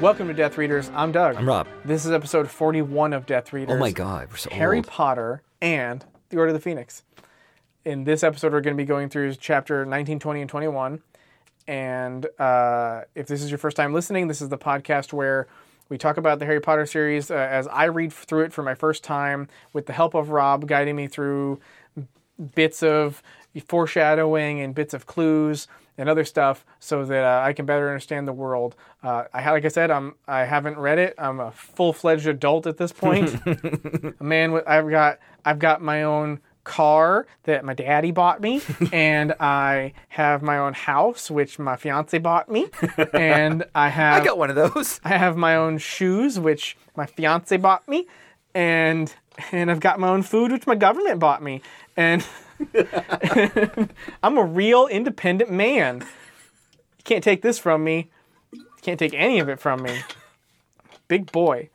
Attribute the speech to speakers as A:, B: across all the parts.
A: Welcome to Death Readers. I'm Doug.
B: I'm Rob.
A: This is episode 41 of Death Readers.
B: Oh my God, we're so
A: Harry
B: old.
A: Potter and The Order of the Phoenix. In this episode, we're going to be going through chapter 19, 20, and 21. And uh, if this is your first time listening, this is the podcast where we talk about the Harry Potter series uh, as I read through it for my first time with the help of Rob guiding me through bits of foreshadowing and bits of clues and other stuff so that uh, I can better understand the world. Uh, I like I said, I'm I haven't read it. I'm a full fledged adult at this point. a man, with, I've got I've got my own car that my daddy bought me, and I have my own house which my fiance bought me, and I have
B: I got one of those.
A: I have my own shoes, which my fiance bought me, and and I've got my own food, which my government bought me, and I'm a real independent man. You can't take this from me. You can't take any of it from me. Big boy.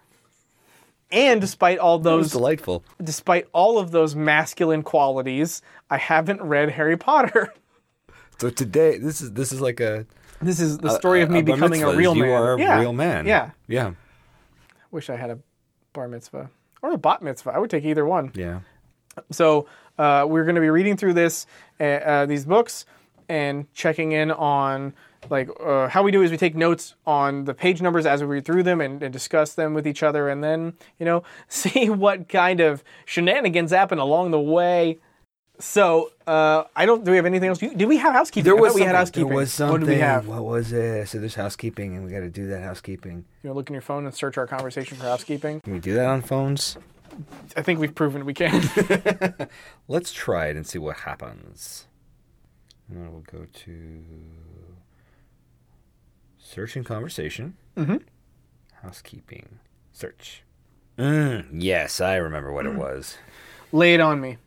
A: And despite all
B: It was
A: those,
B: delightful.
A: despite all of those masculine qualities, I haven't read Harry Potter.
B: So today, this is this is like a
A: This is the story of me
B: a bar
A: becoming a
B: mitzvah.
A: real
B: you
A: man.
B: are a
A: Yeah.
B: real man.
A: Yeah.
B: yeah,
A: Wish I had a bar mitzvah or a bat mitzvah. I would take either one.
B: yeah.
A: So uh, we're going to be reading through this, uh, uh, these books, and checking in on like uh, how we do is we take notes on the page numbers as we read through them and, and discuss them with each other, and then you know see what kind of shenanigans happen along the way. So uh, I don't. Do we have anything else? You- Did we have housekeeping? I thought we had
B: something-
A: housekeeping.
B: There was something.
A: What did we have?
B: What was it? So there's housekeeping, and we got to do that housekeeping.
A: You know, look in your phone and search our conversation for housekeeping.
B: Can we do that on phones?
A: I think we've proven we can.
B: Let's try it and see what happens. And then we'll go to search and conversation. Mm-hmm. Housekeeping. Search. Mm, yes, I remember what it was.
A: Lay it on me.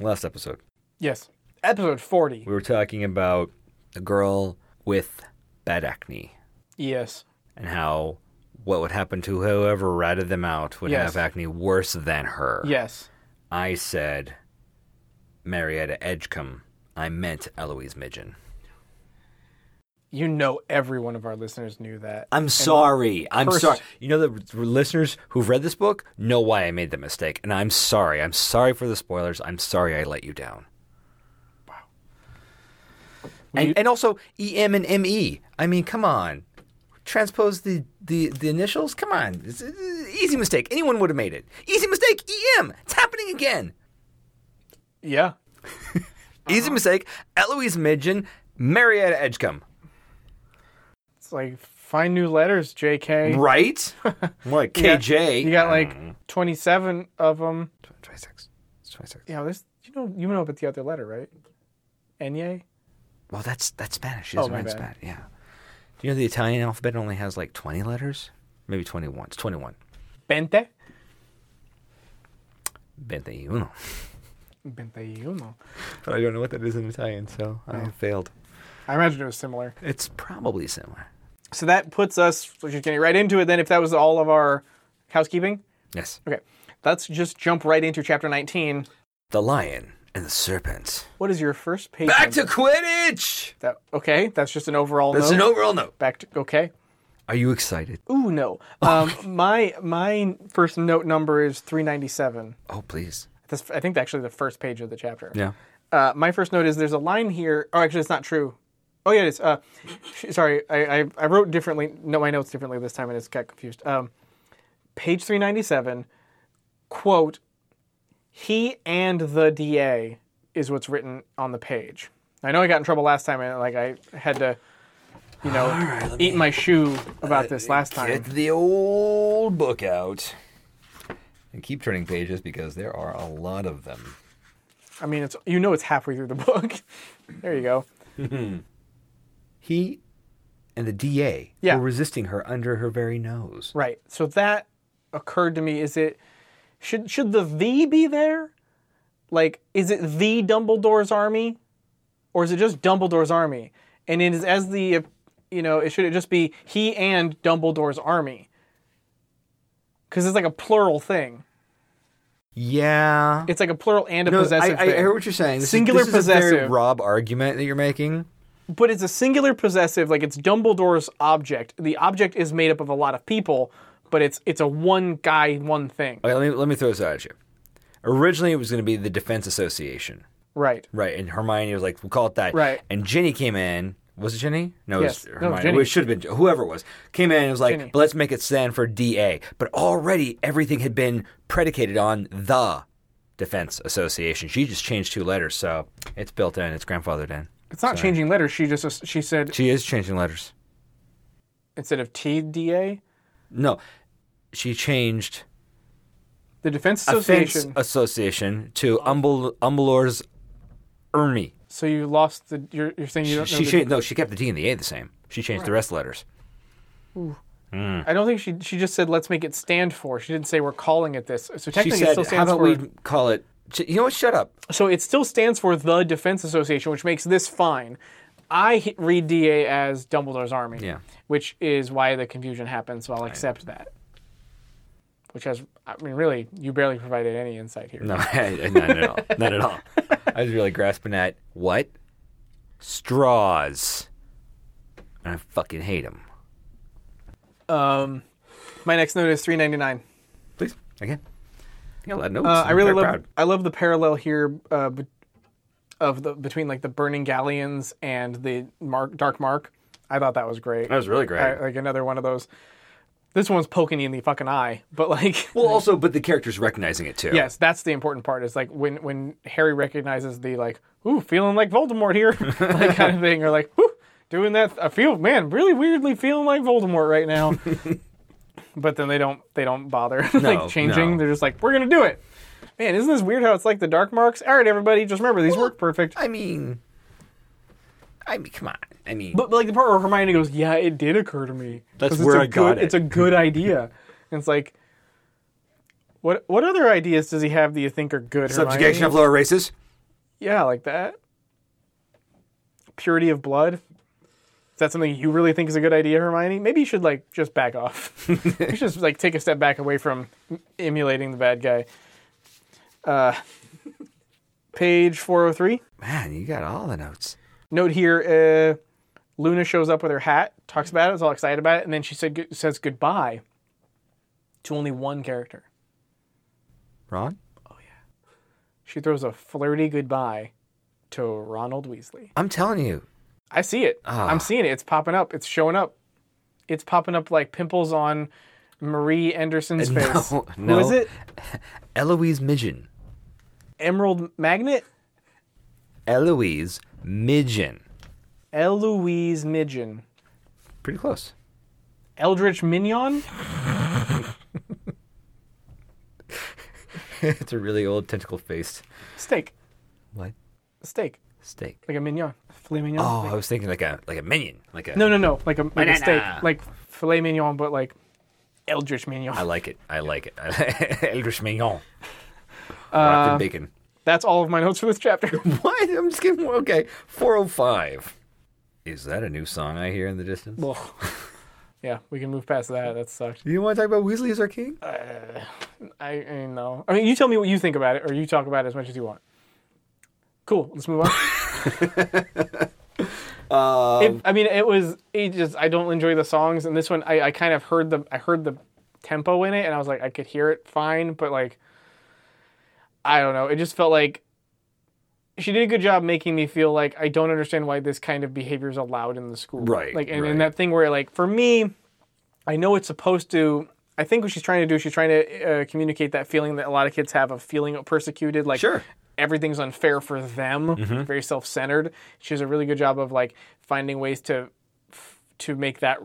B: Last episode.
A: Yes. Episode forty.
B: We were talking about a girl with bad acne
A: Yes.
B: and how what would happen to whoever ratted them out would
A: Yes.
B: have acne worse than her.
A: Yes.
B: I said Marietta Edgecombe. I meant Eloise Midgen.
A: You know, every one of our listeners knew that.
B: I'm sorry. I'm
A: first-
B: sorry. You know, the listeners who've read this book know why I made the mistake. And I'm sorry. I'm sorry for the spoilers. I'm sorry I let you down. Wow. And, and also, EM and ME. I mean, come on. Transpose the, the, the initials? Come on. It's, it's- easy mistake. Anyone would have made it. Easy mistake, EM. It's happening again.
A: Yeah.
B: Easy mistake, Eloise Midgen, Marietta Edgecombe.
A: It's like find new letters, JK.
B: Right? like
A: You got-
B: KJ.
A: You got like 27 of them.
B: 26. It's 26.
A: Yeah, there's you know you know about the other letter, right? E Enye?
B: Well, that's that's Spanish. She doesn't
A: Oh, my
B: write
A: bad.
B: Spanish. Yeah. Do you know the Italian alphabet only has like twenty letters? Maybe twenty one. It's twenty one.
A: Bente?
B: Ventayuno.
A: Bentayuno.
B: But I don't know what that is in Italian, so I
A: Oh.
B: failed.
A: I imagine it was similar.
B: It's probably similar.
A: So that puts us we're just getting right into it then if that was all of our housekeeping.
B: Yes.
A: Okay. Let's just jump right into chapter 19.
B: The lion and the serpent.
A: What is your first page?
B: Back to
A: number?
B: Quidditch.
A: that okay, that's just an overall
B: That's
A: note.
B: an overall note.
A: Back to okay.
B: Are you excited?
A: Ooh no. Um, my my first note number is 397.
B: Oh, please.
A: That's, I think actually the first page of the chapter.
B: Yeah.
A: Uh, my first note is there's a line here. Oh, actually, it's not true. Oh yeah, it is. Uh, sh- sorry, I, I I wrote differently. No, my notes differently this time, and it's got confused. Um, page three ninety seven, quote, he and the DA is what's written on the page. I know I got in trouble last time, and like I had to, you know, eat my shoe about this last time.
B: Uh, Get the old book out. And keep turning pages because there are a lot of them.
A: I mean, it's you know it's halfway through the book. there you go.
B: he and the DA
A: Yeah.
B: were resisting her under her very nose.
A: Right. So that occurred to me. Is it should should the V be there? Like, is it the Dumbledore's army, or is it just Dumbledore's army? And it is as the uh, you know, it should it just be he and Dumbledore's army? Because it's like a plural thing.
B: Yeah.
A: It's like a plural and a
B: No, I,
A: possessive
B: I, I
A: thing.
B: hear what you're saying. This
A: Singular
B: is, this is a very
A: possessive.
B: Rob argument that you're making.
A: but it's a singular possessive, like it's Dumbledore's object. The object is made up of a lot of people, but it's it's a one guy, one thing.
B: Okay, let me, let me throw this out at you. Originally, it was going to be the Defense Association,
A: Right.
B: right? And Hermione was like, "We'll call it that."
A: Right.
B: And Ginny came in. Was it Ginny? No,
A: Yes.
B: it
A: No,
B: was Hermione.
A: Ginny.
B: Well, It should have been whoever it was. Came in and was like,
A: Ginny.
B: "But let's make it stand for DA." But already everything had been predicated on the Defense Association. She just changed two letters, so it's built in. It's grandfathered in.
A: It's not changing letters. She just she said
B: She is changing letters.
A: instead of TDA,
B: No, she changed
A: the Defense
B: Defense
A: Association.
B: Association to Umbel- Umbelor's Ermy.
A: So you lost the. You're, you're saying you don't know.
B: She
A: the-
B: changed. No, she kept the D and the A the same. She changed the rest of the letters.
A: I don't think she she just said let's make it stand for. She didn't say we're calling it this. So
B: She
A: technically, it
B: said,
A: still
B: "How
A: stands
B: about
A: for.
B: we call it?" You know what? Shut up.
A: So it still stands for the Defense Association, which makes this fine. I h- read DA as Dumbledore's Army,
B: Yeah.
A: which is why the confusion happened. So I'll accept that. Which has, I mean, really, you barely provided any insight here.
B: No, not at all. Not at all. I was really grasping at what straws, and I fucking hate them.
A: Um, my next note is three ninety nine.
B: Please again. I got a lot of notes.
A: Uh, I
B: I'm
A: really
B: very
A: love.
B: proud.
A: I love the parallel here uh, bet- of the between like the burning galleons and the mark, dark mark. I thought that was great.
B: That was really great.
A: I- like another one of those. This one's poking you in the fucking eye, but like,
B: well, also, but the characters recognizing it too.
A: yes, that's the important part. Is like when when Harry recognizes the like, ooh, feeling like Voldemort here, like kind of thing, or like, ooh, doing that. I feel man, really weirdly feeling like Voldemort right now. but then they don't they don't bother
B: No,
A: like changing.
B: no.
A: They're just like, we're gonna do it. Man, isn't this weird how it's like the dark marks? All right, everybody, just remember these work perfect.
B: I mean, I mean, come on. I mean,
A: But, but like the part where Hermione goes, "Yeah, it did occur to me."
B: That's
A: 'Cause it's
B: where
A: a
B: I
A: good,
B: got it.
A: It's a good idea. and it's like, what what other ideas does he have that you think are good?
B: subjugation
A: Hermione?
B: of lower races.
A: yeah, like that. Purity of blood. Is that something you really think is a good idea, Hermione? Maybe you should like just back off. you should just like take a step back away from emulating the bad guy. Uh, page four hundred three.
B: Man, you got all the notes.
A: Note here, uh, Luna shows up with her hat, talks about it, is all excited about it, and then she said, says goodbye to only one character.
B: Ron.
A: She throws a flirty goodbye to Ronald Weasley.
B: I'm telling you,
A: I see it.
B: Ah.
A: I'm seeing it. It's popping up. It's showing up. It's popping up like pimples on Marie Anderson's
B: No,
A: face.
B: no.
A: Who is it?
B: Eloise Midgen.
A: Emerald Magnet?
B: Eloise Midgen.
A: Eloise Midgen.
B: Pretty close.
A: Eldritch Minion?
B: it's a really old tentacle faced.
A: Steak.
B: What?
A: Steak.
B: Steak.
A: Like a mignon. Filet mignon.
B: Oh, I was thinking like a like a minion, like a.
A: No, no, no. Like a, like a steak,
B: Banana.
A: like filet mignon, but like eldritch mignon.
B: I like it. I like it. Eldritch mignon. Wrapped in bacon.
A: That's all of my notes for this chapter.
B: Uh, What? I'm just kidding. Okay, 405. Is that a new song I hear in the distance?
A: Ugh. yeah, we can move past that. That sucked.
B: You want to talk about Weasley as our king?
A: I, I know. I mean, you tell me what you think about it, or you talk about it as much as you want. Cool. Let's move on.
B: Uh, Um,
A: It- I mean, it was. It just. I don't enjoy the songs, and this one, I, I kind of heard the. I heard the tempo in it, and I was like, I could hear it fine, but like, I don't know. It just felt like she did a good job making me feel like I don't understand why this kind of behavior is allowed in the school.
B: Right,
A: Like, and,
B: right.
A: and that thing where, like, for me, I know it's supposed to. I think what she's trying to do, she's trying to uh, communicate that feeling that a lot of kids have of feeling persecuted. Like,
B: Sure.
A: everything's unfair for them. Very self-centered. She does a really good job of like finding ways to to make that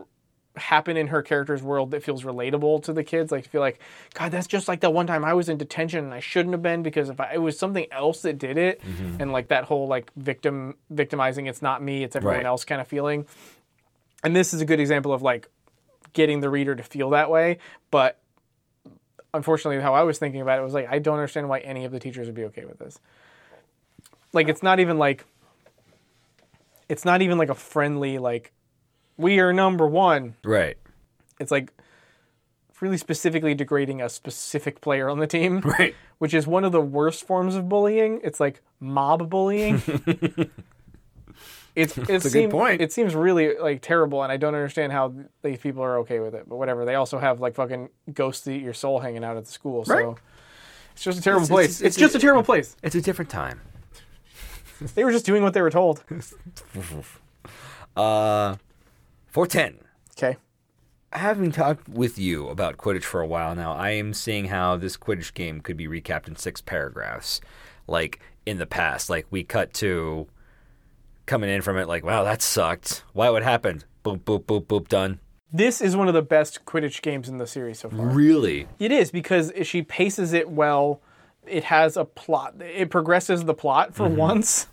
A: happen in her character's world that feels relatable to the kids. Like feel like, God, that's just like that one time I was in detention and I shouldn't have been because if I, it was something else that did it, and like that whole like victim victimizing, it's not me, it's everyone
B: Right.
A: else kind of feeling. And this is a good example of like getting the reader to feel that way, but. Unfortunately, how I was thinking about it was like I don't understand why any of the teachers would be okay with this. Like it's not even like it's not even like a friendly like we are number one.
B: Right.
A: It's like really specifically degrading a specific player on the team,
B: Right.
A: which is one of the worst forms of bullying. It's like mob bullying. It's it
B: a good
A: seem-
B: point.
A: It seems really like terrible, and I don't understand how these people are okay with it. But whatever. They also have like fucking ghosts that eat your soul hanging out at the school. So
B: Right.
A: it's just a terrible
B: It's-
A: place.
B: it's-
A: It's,
B: it's-
A: just a terrible place.
B: It's a different time.
A: They were just doing what they were told.
B: Uh, 410.
A: Okay.
B: Having talked with you about Quidditch for a while now, I am seeing how this Quidditch game could be recapped in six paragraphs. Like in the past, like we cut to coming in from it, like, wow, that sucked. Why would happen? Boop, boop, boop, boop, done.
A: This is one of the best Quidditch games in the series so far.
B: Really?
A: It is because she paces it well. It has a plot. It progresses the plot for once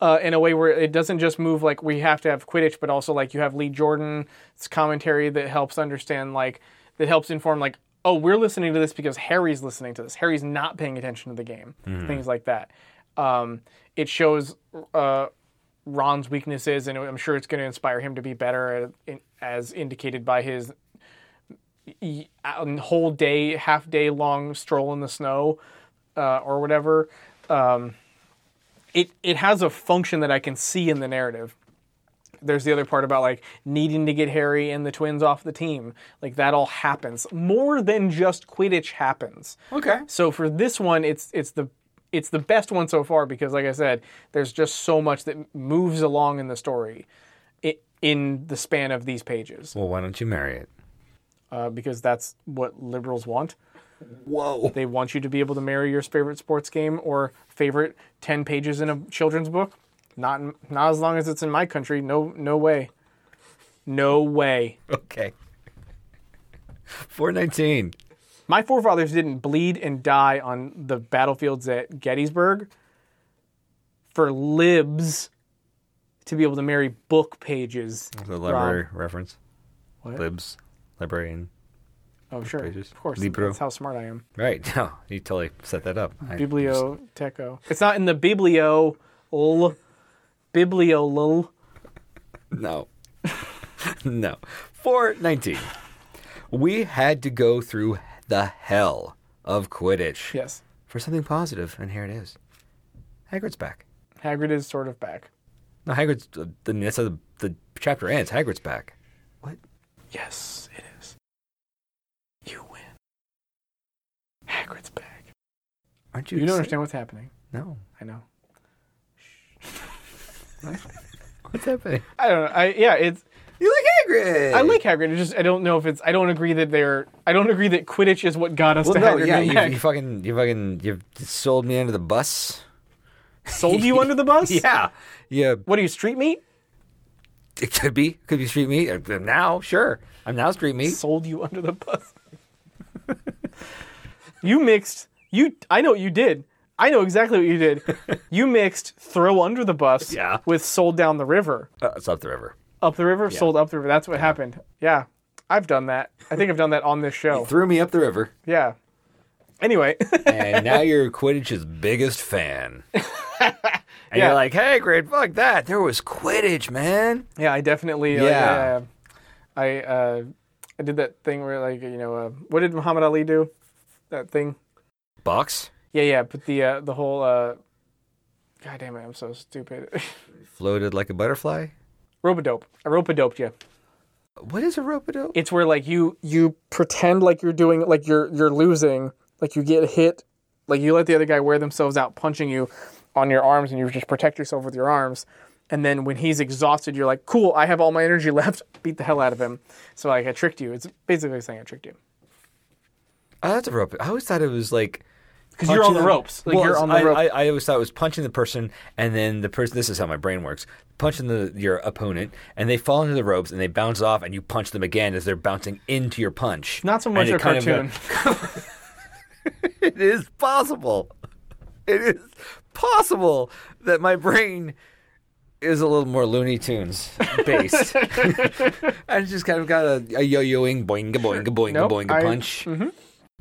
A: uh, in a way where it doesn't just move like we have to have Quidditch, but also like you have Lee Jordan's commentary that helps understand like that helps inform like oh we're listening to this because Harry's listening to this. Harry's not paying attention to the game. Things like that. Um, it shows uh, Ron's weaknesses, and I'm sure it's going to inspire him to be better, at, as indicated by his y- a whole day, half day long stroll in the snow, uh, or whatever. Um, it it has a function that I can see in the narrative. There's the other part about like needing to get Harry and the twins off the team. Like that all happens more than just Quidditch happens.
B: Okay.
A: So for this one, it's it's the it's the best one so far because, like I said, there's just so much that moves along in the story, i in the span of these pages,
B: Well, why don't you marry it?
A: uh, because that's what liberals want.
B: Whoa.
A: They want you to be able to marry your favorite sports game or favorite ten pages in a children's book. Not in- not as long as it's in my country. No no way. No way.
B: Okay. 419.
A: My forefathers didn't bleed and die on the battlefields at Gettysburg for libs to be able to marry book pages.
B: The library reference.
A: What?
B: Libs. Librarian.
A: Oh, sure.
B: pages.
A: Of course.
B: Libro.
A: That's how smart I am.
B: Right. No, you totally set that up. I-
A: Biblioteco. It's not in the biblio. l- Bibliolul.
B: No. no. 419. We had to go through the hell of Quidditch
A: Yes.
B: for something positive, and here it is. Hagrid's back.
A: Hagrid is sort of back.
B: No, Hagrid's. Uh, the, that's how the, the chapter ends. Hagrid's back. What?
A: Yes, it is. You win. Hagrid's back.
B: Aren't you.
A: You don't
B: excited?
A: understand what's happening.
B: No.
A: I know.
B: What's happening?
A: I don't know. I yeah, it's
B: You like Hagrid!
A: I like Hagrid. It's just I don't know if it's. I don't agree that they're. I don't agree that Quidditch is what got us
B: Well,
A: to
B: no,
A: Hagrid.
B: yeah,
A: being
B: you,
A: back.
B: you fucking, you fucking, you sold me under the bus.
A: sold you under the bus.
B: Yeah, yeah,
A: What are you street meat?
B: it could be, could be street meat. Uh, Now, sure, I'm now street meat.
A: Sold you under the bus. you mixed. You. I know what you did. I know exactly what you did. You mixed throw under the bus
B: Yeah.
A: with sold down the river.
B: Uh, it's up the river.
A: Up the river, sold up the river. That's what happened. Yeah. I've done that. I think I've done that on this show.
B: Threw me up the river,
A: Yeah. Anyway,
B: and now you're Quidditch's biggest fan. and
A: Yeah.
B: you're like, hey, great, fuck that. There was Quidditch, man.
A: Yeah, I definitely. Like,
B: Yeah.
A: uh, I uh, I did that thing where like you know uh, what did Muhammad Ali do? That thing.
B: Box,
A: Yeah, yeah. But the uh, the whole. Uh, God damn it! I'm so stupid.
B: floated like a butterfly.
A: Robodope. I rope-a-doped you.
B: What is a rope dope?
A: It's where like you you pretend like you're doing like you're you're losing like you get hit like you let the other guy wear themselves out punching you on your arms and you just protect yourself with your arms and then when he's exhausted you're like cool I have all my energy left beat the hell out of him so like I tricked you it's basically saying I tricked you.
B: Oh, that's a rope. I always thought it was like because
A: you're on the ropes. Like, you're on the
B: I,
A: rope.
B: I, I always thought it was punching the person, and then the person. This is how my brain works: punching the your opponent, and they fall into the ropes, and they bounce off, and you punch them again as they're bouncing into your punch.
A: Not so
B: And
A: much
B: it
A: a
B: kind of-
A: cartoon.
B: it is possible. It is possible that my brain is a little more Looney Tunes based. I just kind of got a, a yo-yoing boinga boinga boinga
A: Nope,
B: boinga
A: I- mm-hmm.
B: punch.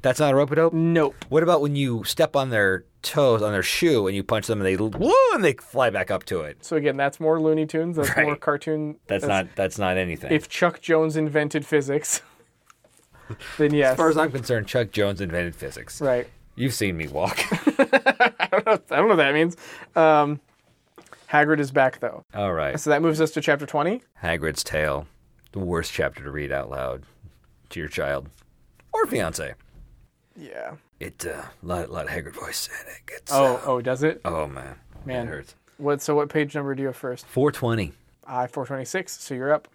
B: That's not a rope a dope.
A: nope.
B: What about when you step on their toes on their shoe and you punch them and they woo and they fly back up to it?
A: So again, that's more Looney Tunes. That's more
B: Right.
A: cartoon.
B: That's, not that's not anything.
A: If Chuck Jones invented physics, then yes.
B: as far as I'm concerned, Chuck Jones invented physics.
A: right.
B: You've seen me walk.
A: I don't know what that means. Um, Hagrid is back though.
B: All right.
A: So that moves us to chapter 20.
B: Hagrid's Tale, the worst chapter to read out loud to your child or fiance.
A: Yeah.
B: It uh, lot lot of Hagrid voice. And it gets
A: Oh,
B: uh,
A: oh, does it?
B: oh man,
A: Man.
B: it hurts.
A: What so what page number do you have first?
B: 420.
A: I 426. So you're up.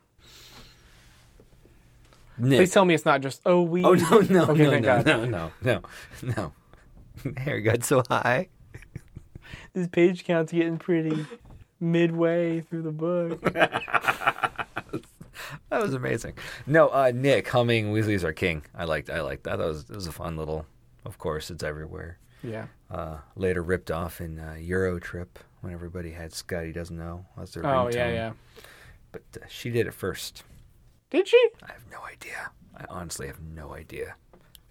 B: Nick.
A: Please tell me it's not just oh we
B: Oh no no
A: Okay,
B: no,
A: thank
B: no,
A: God.
B: no no no no Hair got so high.
A: This page count's getting pretty midway through the book.
B: That was amazing. No, uh, Nick humming Weasley's our king. I liked I liked that. That was that was a fun little. Of course, it's everywhere.
A: Yeah.
B: Uh, later ripped off in uh, Euro Trip when everybody had Scotty doesn't know. That's their
A: Oh
B: ringtone.
A: yeah, yeah.
B: But uh, she did it first.
A: Did she?
B: I have no idea. I honestly have no idea.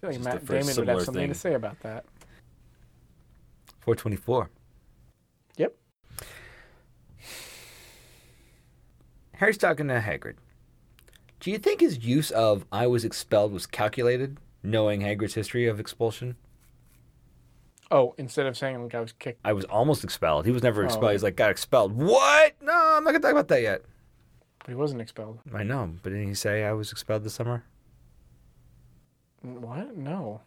A: I feel like
B: Just the
A: Matt
B: first
A: Damon would
B: similar
A: have something
B: thing.
A: to say about that.
B: 424.
A: Yep.
B: Harry's talking to Hagrid. Do you think his use of I was expelled was calculated, knowing Hagrid's history of expulsion?
A: Oh, instead of saying like I was kicked.
B: I was almost expelled. He was never expelled. He's like, got expelled. What? No, I'm not going to talk about that yet.
A: But he wasn't expelled.
B: I know, but didn't he say I was expelled this summer?
A: What? No.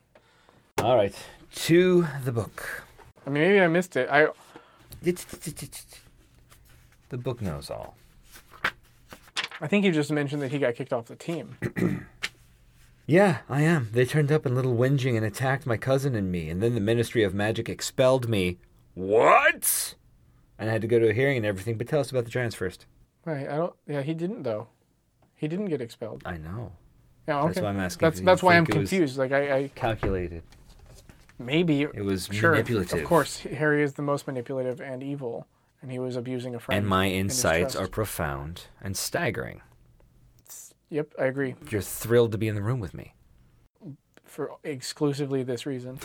B: All right. To the book.
A: I mean, maybe I missed it. I
B: The book knows all.
A: I think you just mentioned that he got kicked off the team.
B: Yeah, I am. They turned up in Little Whinging and attacked my cousin and me, and then the Ministry of Magic expelled me. What? And I had to go to a hearing and everything, but tell us about the Giants first.
A: Right. I don't. Yeah, he didn't though. He didn't get expelled.
B: I know.
A: Yeah, okay.
B: That's why I'm asking
A: That's
B: if you
A: that's why I'm
B: think it was-
A: confused. Like I, I
B: Calculated.
A: maybe
B: It was
A: sure,
B: manipulative.
A: Of course, Harry is the most manipulative and evil, and he was abusing a friend.
B: And my
A: his
B: insights are
A: trust.
B: profound and staggering.
A: Yep, I agree.
B: You're thrilled to be in the room with me.
A: For exclusively this reason.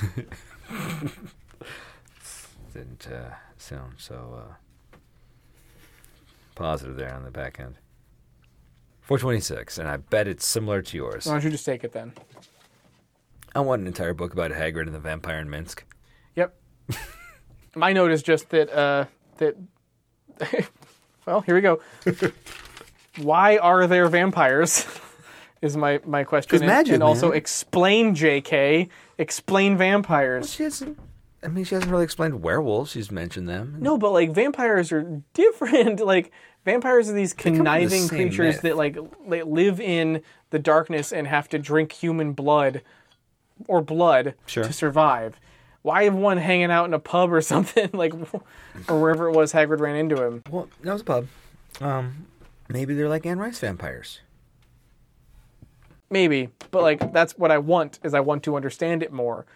B: Didn't uh, sound so uh, positive there on the back end. 426, and I bet it's similar to yours.
A: Why don't you just take it then?
B: I want an entire book about Hagrid and the vampire in Minsk.
A: Yep. My note is just that uh, that. well, here we go. Why are there vampires? Is my my question.
B: 'Cause
A: And-
B: magic,
A: and also
B: man.
A: explain J.K. Explain vampires.
B: She hasn't. I mean, she hasn't really explained werewolves. She's mentioned them.
A: No, but like vampires are different. like vampires are these
B: from the
A: conniving
B: same
A: creatures
B: myth.
A: that like they live in the darkness and have to drink human blood or blood
B: Sure.
A: to survive. Why have one hanging out in a pub or something like, or wherever it was Hagrid ran into him?
B: Well, that was a pub. Um, maybe they're like Anne Rice vampires.
A: Maybe, but like that's what I want is I want to understand it more.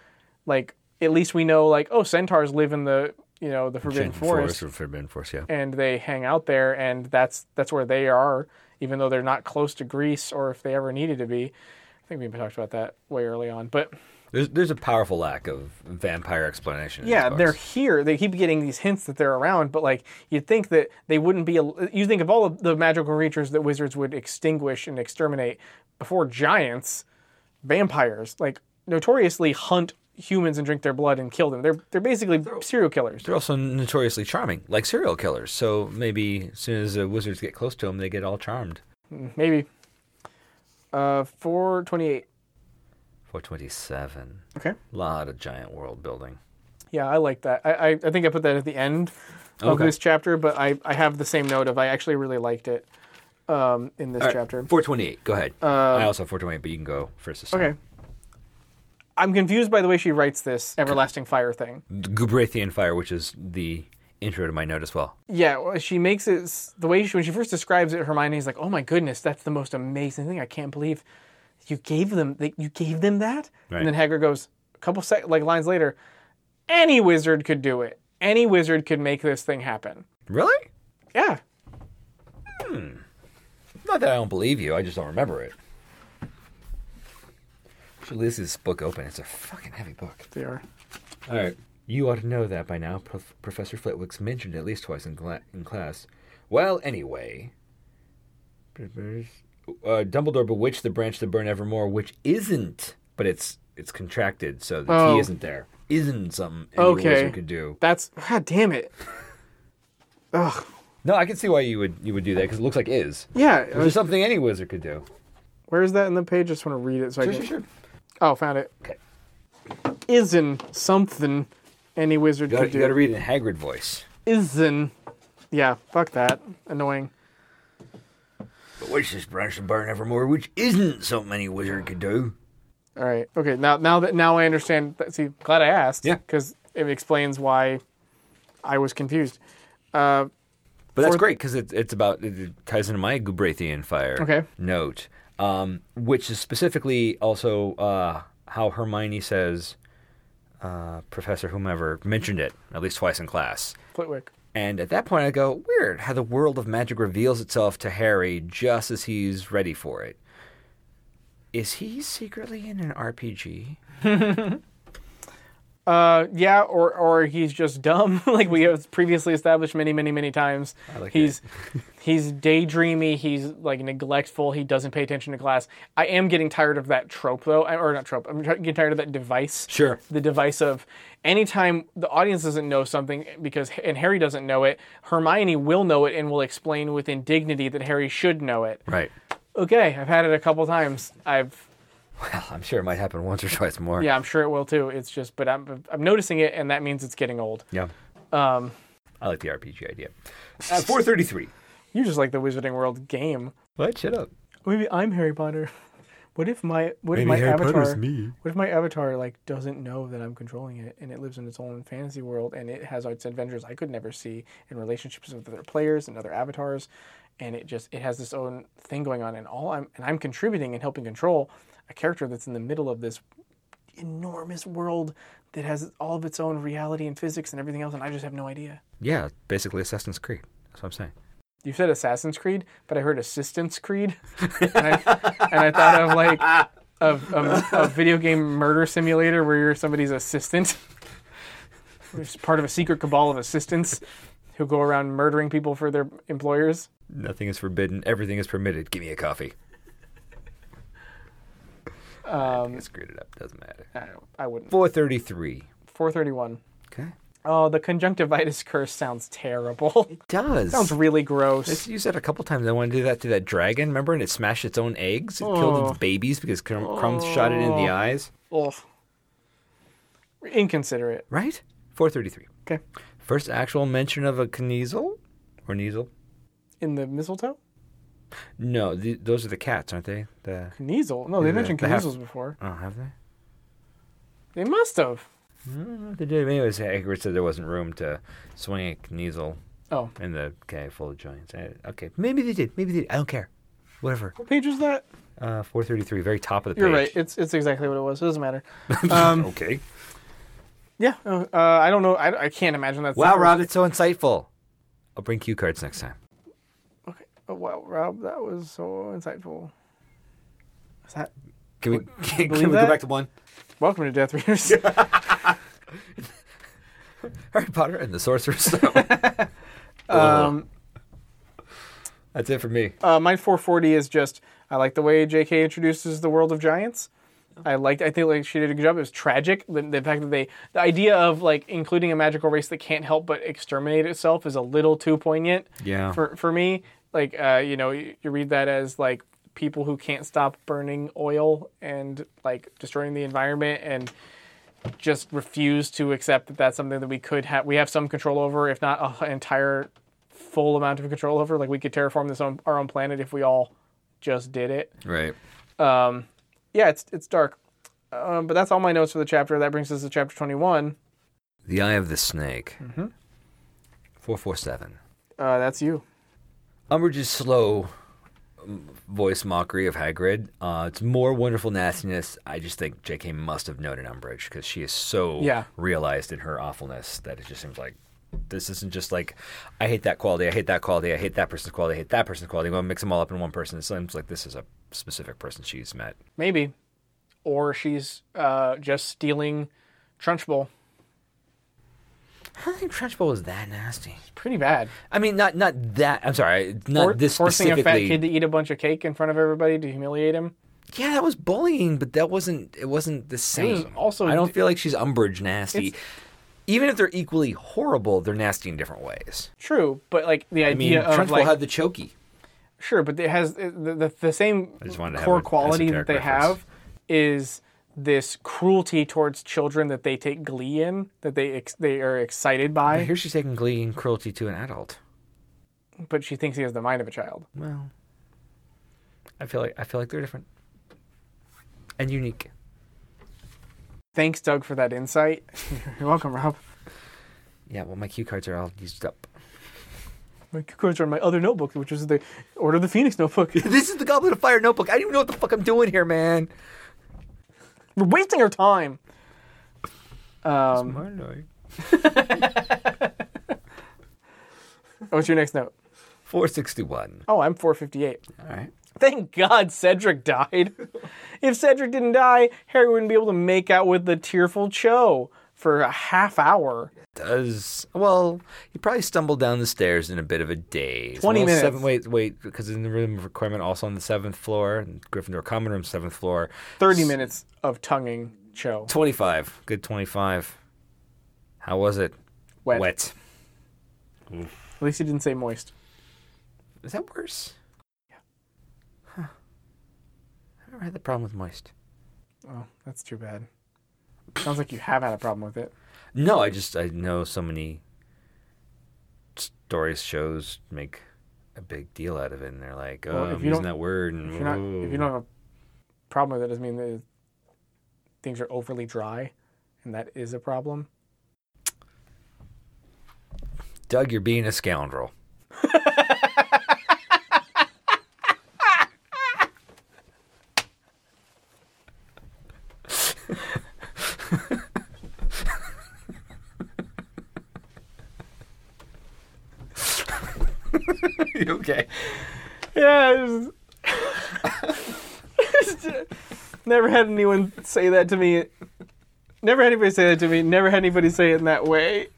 A: Like at least we know like oh centaurs live in the you know the Forbidden Forest.
B: or Forbidden Forest, yeah.
A: and they hang out there and that's that's where they are even though they're not close to Greece or if they ever needed to be I think we talked about that way early on but
B: There's there's a powerful lack of vampire explanation. in
A: yeah
B: these
A: they're
B: books.
A: here they keep getting these hints that they're around but like you'd think that they wouldn't be al- you think of all of the magical creatures that wizards would extinguish and exterminate before giants vampires like notoriously hunt humans and drink their blood and kill them they're they're basically serial killers
B: They're also notoriously charming, like serial killers. So maybe as soon as the wizards get close to them, they get all charmed.
A: maybe uh 428
B: 427.
A: okay
B: Lot of giant world building.
A: Yeah, I like that. I, I, I think I put that at the end of
B: Okay.
A: this chapter, but I, I have the same note of I actually really liked it um, in this chapter.
B: 428. Go ahead. I also have 428, but you can go first. This time.
A: Uh, Okay. I'm confused by the way she writes this everlasting fire thing.
B: The Gubrathian fire, which is the intro to my note as well.
A: Yeah, well, she makes it s- the way she, when she first describes it, Hermione's like, "Oh my goodness, that's the most amazing thing! I can't believe you gave them that you gave them that."
B: Right.
A: And then Hagrid goes a couple sec- like lines later, "Any wizard could do it. Any wizard could make this thing happen."
B: Really?
A: Yeah,
B: Not that I don't believe you, I just don't remember it. Should leave this book open. It's a fucking heavy book.
A: they are.
B: All right. You ought to know that by now. Prof- Professor Flitwick's mentioned at least twice in, gla- in class. Well, anyway. Uh, Dumbledore bewitched the branch to burn evermore, which isn't, but it's it's contracted, so the
A: Oh.
B: T isn't there. Isn't something any
A: Okay.
B: wizard could do.
A: That's God damn it. Ugh.
B: No, I can see why you would you would do that because it looks like is.
A: Yeah. I
B: Which is
A: was-
B: something any wizard could do.
A: Where is that in the page? I just want to read it so I can.
B: sure.
A: Oh, found it.
B: Okay.
A: Isn't something any wizard
B: You gotta,
A: could do?
B: you gotta read it in Hagrid voice.
A: Isn't. Yeah. Fuck that. Annoying.
B: But which is Brush and Burn Evermore, which isn't something any wizard could do.
A: All right. Okay. Now, now that now I understand. That, see, glad I asked.
B: Yeah.
A: Because it explains why I was confused.
B: But that's
A: Fourth-
B: great because it, it's about it, it ties into my Gubrathian fire
A: Okay.
B: note, um, which is specifically also uh, how Hermione says, uh, Professor whomever mentioned it at least twice in class.
A: Flitwick.
B: And at that point, I go, weird how the world of magic reveals itself to Harry just as he's ready for it. Is he secretly in an RPG?
A: Uh, yeah, or or he's just dumb, like we have previously established many, many, many times.
B: like
A: he's he's daydreamy. He's like neglectful. He doesn't pay attention to class. I am getting tired of that trope, though, I- or not trope. I'm try- getting tired of that device.
B: Sure.
A: The device of anytime the audience doesn't know something because and Harry doesn't know it, Hermione will know it and will explain with indignity that Harry should know it.
B: Right.
A: Okay, I've had it a couple times. I've
B: Well, I'm sure it might happen once or twice more.
A: yeah, I'm sure it will too. It's just, but I'm I'm noticing it, and that means it's getting old.
B: Yeah. Um, I like the RPG idea. Uh, 433.
A: You just like the Wizarding World game.
B: What? Shut up.
A: Maybe I'm Harry Potter. What if my what if
B: Maybe
A: my
B: Harry
A: avatar
B: Potter's me.
A: what if my avatar like doesn't know that I'm controlling it and it lives in its own fantasy world and it has its adventures I could never see and relationships with other players and other avatars and it just it has this own thing going on and all I'm and I'm contributing and helping control a character that's in the middle of this enormous world that has all of its own reality and physics and everything else and I just have no idea.
B: Yeah, basically Assassin's Creed. That's what I'm saying.
A: you said Assassin's Creed, but I heard Assistance Creed, and I, and I thought of like a, a, a video game murder simulator where you're somebody's assistant. It's part of a secret cabal of assistants who go around murdering people for their employers.
B: Nothing is forbidden. Everything is permitted. Give me a coffee. Um, I screwed it up. Doesn't matter.
A: I, don't- I wouldn't.
B: 433.
A: 431.
B: Okay.
A: Oh, the conjunctivitis curse sounds terrible.
B: Does.
A: sounds really gross.
B: It's used that a couple times. I wanted to do that to that dragon, remember? And it smashed its own eggs. It
A: Oh.
B: killed its babies because Crumb Crumb shot it in the eyes.
A: Ugh. Inconsiderate.
B: Right? 433.
A: Okay.
B: First actual mention of a Kniezel? Or Kniezel?
A: In the mistletoe?
B: No, th- those are the cats, aren't they? The
A: Kniezel. No, they
B: Yeah,
A: mentioned
B: they have-
A: Kniezel's before.
B: Oh, have they?
A: They must have.
B: I don't know if Uh, they did. Anyways, Hagrid said there wasn't room to swing a Kniezel
A: Oh.
B: in the cave full of giants. Eh, Okay, maybe they did. Maybe they did. I don't care. Whatever.
A: What page was that?
B: Uh, 433, very top of the page.
A: You're right. Um, It's it's exactly what it was. It doesn't matter.
B: okay.
A: Yeah. Uh, uh, I don't know. I, I can't imagine that's
B: Wow, Rob, it's so insightful. I'll bring cue cards next time.
A: Okay. Oh, wow, Rob, that was so insightful. Is that
B: Can we, can,
A: believe
B: we
A: that?
B: go back to one?
A: welcome to Death Readers?
B: Harry Potter and the Sorcerer's Stone.
A: um,
B: That's it for me.
A: uh, my 440 is just I like the way J.K. introduces the world of giants. I liked. I think like she did a good job. It was tragic. The, the fact that they, the idea of like including a magical race that can't help but exterminate itself is a little too poignant.
B: Yeah.
A: For for me, like uh, you know, you, you read that as like people who can't stop burning oil and like destroying the environment and just refuse to accept that that's something that we could have we have some control over if not a h- entire full amount of control over like we could terraform this own, our own planet if we all just did it
B: Right.
A: yeah it's it's dark um, but that's all my notes for the chapter that brings us to chapter 21
B: The Eye of the Snake. 447.
A: uh, that's you
B: Umbridge's slow um, voice mockery of Hagrid. Uh, it's more wonderful nastiness. I just think J.K. must have known an Umbridge because she is so
A: Yeah.
B: realized in her awfulness that it just seems like this isn't just like I hate that quality, I hate that quality, I hate that person's quality, I hate that person's quality. I'm gonna mix them all up in one person. It seems like this is a specific person she's met.
A: maybe or she's uh, just stealing trunchbull
B: I don't think Trenchbull is that nasty.
A: pretty bad
B: I mean, not not that. I'm sorry, not
A: For-
B: Uh, this
A: forcing a fat
B: specifically.
A: kid to eat a bunch of cake in front of everybody to humiliate him
B: Yeah, that was bullying, but that wasn't. It wasn't the same.
A: also-
B: I don't feel like she's umbrage nasty. even if they're equally horrible, they're nasty in different ways.
A: True, but like the
B: I mean,
A: idea of
B: Trunchbull
A: like
B: had the chokey.
A: sure, but it has the the, the same
B: just wanted to have
A: core
B: an
A: quality that
B: esoteric
A: they
B: reference.
A: have is this cruelty towards children that they take glee in, that they ex- they are excited
B: I
A: by,
B: hear she's taking glee and cruelty to an adult.
A: but she thinks he has the mind of a child.
B: Well, I feel like I feel like they're different and unique.
A: Thanks, Doug, for that insight. You're welcome, Rob.
B: Yeah, well, my cue cards are all used up.
A: My cue cards are in my other notebook, which is the Order of the Phoenix notebook.
B: this is the Goblet of Fire notebook. I don't even know what the fuck I'm doing here, man.
A: We're wasting our time. Um, what's your next note?
B: 461.
A: Oh, I'm 458.
B: All right.
A: Thank God Cedric died. if Cedric didn't die, Harry wouldn't be able to make out with the tearful Cho for a half hour.
B: Does well, he probably stumbled down the stairs in a bit of a daze.
A: 20
B: Well,
A: minutes.
B: Seven, wait, wait, because in the room of requirement, also on the seventh floor, and Gryffindor common room, seventh floor.
A: 30 minutes of tonguing Cho.
B: 25. Good 25. How was it?
A: Wet.
B: Wet.
A: At least he didn't say moist.
B: Is that worse? Yeah. Huh. I never had the problem with moist.
A: Oh, that's too bad. Sounds like you have had a problem with it.
B: No, I just I know so many stories shows make a big deal out of it, and they're like, oh,
A: Well, if
B: I'm
A: you
B: using
A: don't-
B: that word, and
A: If, you're not,
B: ooh.
A: if you don't have a problem with it, doesn't mean that things are overly dry, and that is a problem.
B: Doug, you're being a scoundrel. You okay.
A: Yeah, it was- it's ju- never had anyone say that to me. Never had anybody say that to me. Never had anybody say it in that way.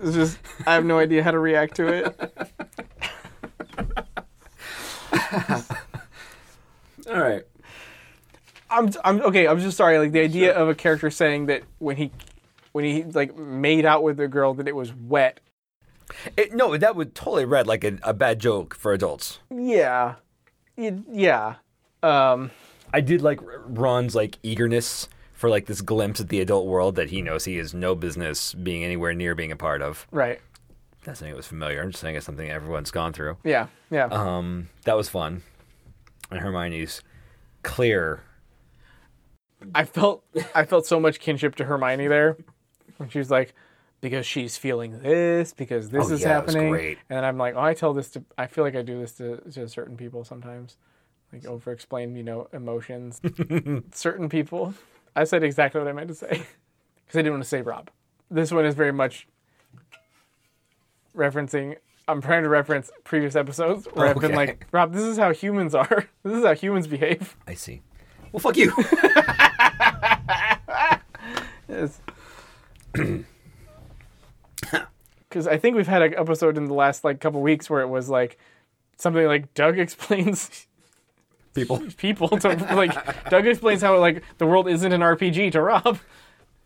A: It's just I have no idea how to react to it.
B: All right.
A: I'm I'm okay. I'm just sorry. Like the idea of a character saying that when he when he like made out with the girl that it was wet.
B: It, no, that would totally read like a, a bad joke for adults.
A: Yeah, It- yeah. Um,
B: I did like R- Ron's like eagerness for like this glimpse at the adult world that he knows he has no business being anywhere near being a part of.
A: right.
B: Not saying it was familiar. I'm just saying it's something everyone's gone through.
A: Yeah. Yeah.
B: Um, that was fun. And Hermione's clear.
A: I felt I felt so much kinship to Hermione there. And she was like, because she's feeling this, because this
B: Oh,
A: is
B: yeah, it was
A: happening.
B: great.
A: And then I'm like, oh, I tell this to I feel like I do this to, to certain people sometimes. Like over explain, you know, emotions. certain people. I said exactly what I meant to say. Because I didn't want to say Rob. This one is very much referencing I'm trying to reference previous episodes where I've been
B: Okay.
A: like, Rob, this is how humans are. This is how humans behave.
B: I see. Well, fuck you.
A: because I think we've had an episode in the last like couple weeks where it was like something like Doug explains
B: People.
A: people to like Doug explains how like the world isn't an RPG to Rob.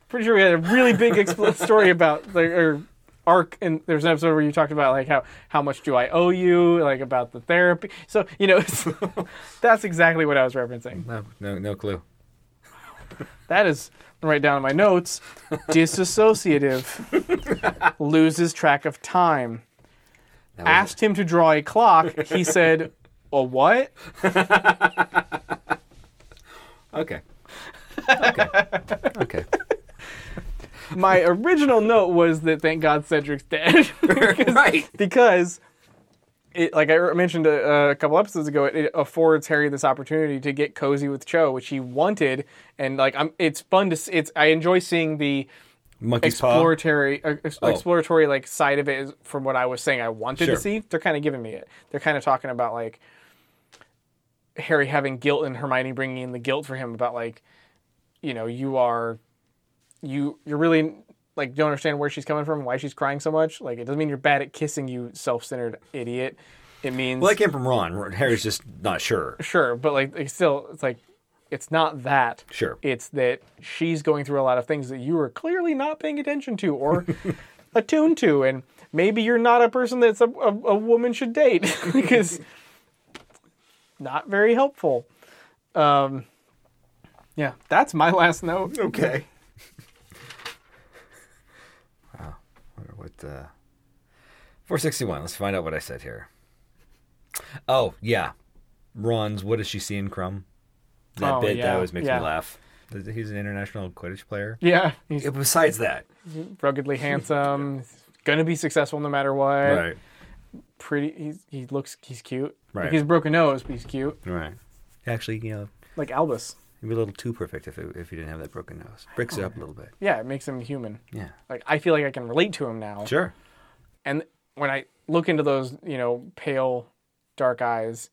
A: Pretty sure we had a really big expl- story about like or arc and there's an episode where you talked about like how how much do I owe you like about the therapy. So you know it's, that's exactly what I was referencing.
B: No, no, no clue.
A: That is right down in my notes. Disassociative loses track of time.
B: That was-
A: asked him to draw a clock. He said, "A what?"
B: Okay. Okay. okay.
A: My original note was that thank God Cedric's dead
B: right.
A: because it, like I mentioned a, a couple episodes ago, it, it affords Harry this opportunity to get cozy with Cho, which he wanted, and like I'm, it's fun to s- it's I enjoy seeing the
B: Monkey's paw.
A: exploratory uh, ex-
B: Oh.
A: exploratory like side of it is from what I was saying I wanted
B: Sure.
A: to see. They're kind of giving me it. They're kind of talking about like Harry having guilt and Hermione bringing in the guilt for him about like you know you are you you're really like don't understand where she's coming from, why she's crying so much. Like it doesn't mean you're bad at kissing, you self-centered idiot. It means
B: Well, that came from Ron. Harry's just not sure.
A: sure, but like it's still it's like It's not that.
B: Sure.
A: It's that she's going through a lot of things that you are clearly not paying attention to or attuned to, and maybe you're not a person that's a, a, a woman should date because not very helpful. Um, yeah, that's my last note.
B: Okay. wow. Wonder what uh 461. Let's find out what I said here. Oh, yeah. Runs. What does she see in Crumb? That
A: Oh,
B: bit
A: yeah,
B: that always makes
A: yeah.
B: me laugh. He's an international Quidditch player.
A: Yeah, he's
B: Besides that,
A: ruggedly handsome. He's gonna be successful no matter what.
B: right,
A: Pretty. He's, he looks. He's cute.
B: Right.
A: Like he's a broken nose, but he's cute.
B: right. Actually, you know,
A: Like Albus.
B: You'd be a little too perfect if, it, if you didn't have that broken nose. Breaks it up a little bit.
A: Yeah, it makes him human.
B: Yeah.
A: Like I feel like I can relate to him now.
B: Sure.
A: And when I look into those, you know, pale, dark eyes,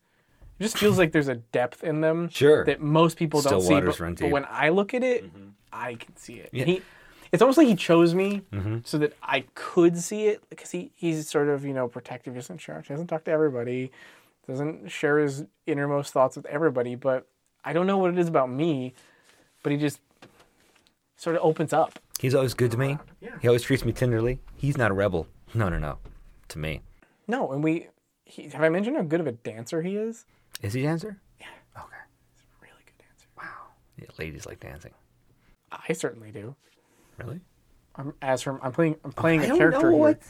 A: it just feels like there's a depth in them.
B: Sure.
A: That most people
B: Still
A: don't see.
B: waters
A: But,
B: run
A: but
B: deep.
A: when I look at it, I can see it.
B: Yeah. Mm-hmm.
A: He, it's almost like he chose me so that I could see it because he, he's sort of, you know, protective, isn't sure. He doesn't talk to everybody, doesn't share his innermost thoughts with everybody. But I don't know what it is about me, but he just sort of opens up.
B: He's always good to me. He always treats me tenderly. He's not a rebel. No, no, no. To me.
A: No, and we, he, have I mentioned how good of a dancer he is?
B: Is he a dancer? Yeah. Okay.
A: Really good dancer.
B: Yeah, ladies like dancing.
A: I certainly do.
B: Really?
A: I'm as from I'm playing I'm playing a
B: I don't
A: character
B: know
A: here.
B: what.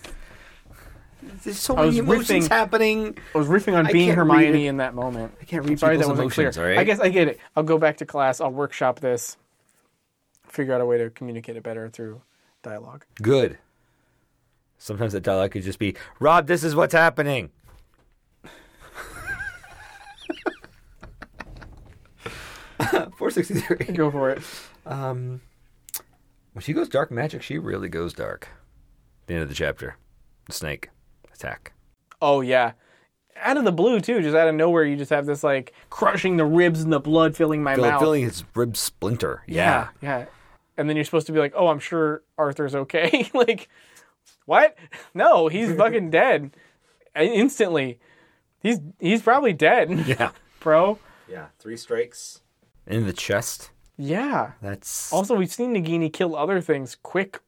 B: There's so
A: was
B: many emotions
A: riffing-
B: happening.
A: I was riffing on
B: I
A: being
B: can't
A: Hermione
B: read-
A: in that moment. I
B: can't read
A: Sorry, that
B: people's
A: wasn't
B: emotions, all
A: clear.
B: right?
A: I guess I get it. I'll go back to class. I'll workshop this. Figure out a way to communicate it better through dialogue.
B: Good. Sometimes that dialogue could just be, Rob, this is what's happening. Four sixty three.
A: Go for it.
B: Um, when she goes dark magic, she really goes dark. The end of the chapter. The snake attack.
A: Oh yeah. Out of the blue too, just out of nowhere, you just have this like crushing the ribs and the blood filling my
B: Feel-
A: mouth.
B: Feeling his rib splinter. Yeah.
A: yeah, yeah. And then you're supposed to be like, "Oh, I'm sure Arthur's okay." like, what? No, he's fucking dead And instantly. He's he's probably dead,
B: Yeah.
A: bro.
B: Yeah. Three strikes. In the chest.
A: Yeah.
B: That's
A: Also, we've seen Nagini kill other things quick,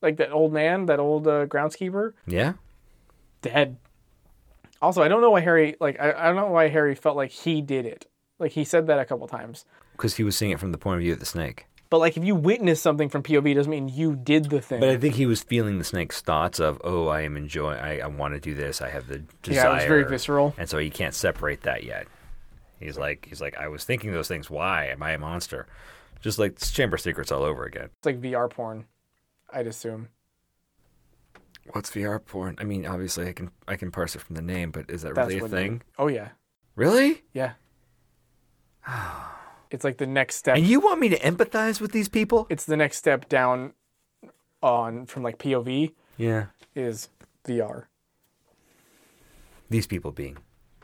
A: like that old man, that old uh, groundskeeper,
B: yeah.
A: dead. Also, I don't know why Harry like I, I don't know why Harry felt like he did it. Like he said that a couple times.
B: Because he was seeing it from the point of view of the snake.
A: But like if you witness something from POV, it doesn't mean you did the thing.
B: But I think he was feeling the snake's thoughts of, oh, I am enjoying. I, I want to do this. I have the desire.
A: yeah, it was very visceral.
B: and so he can't separate that yet. He's like, he's like, I was thinking those things. Why am I a monster? Just like it's Chamber of Secrets all over again.
A: It's like VR porn, I'd assume.
B: What's VR porn? I mean, obviously, I can I can parse it from the name, but is that
A: That's
B: really a
A: what-
B: thing?
A: Oh yeah,
B: Really?
A: yeah. it's like the next step.
B: And you want me to empathize with these people?
A: it's the next step down on from like POV
B: Yeah.
A: is VR.
B: These people being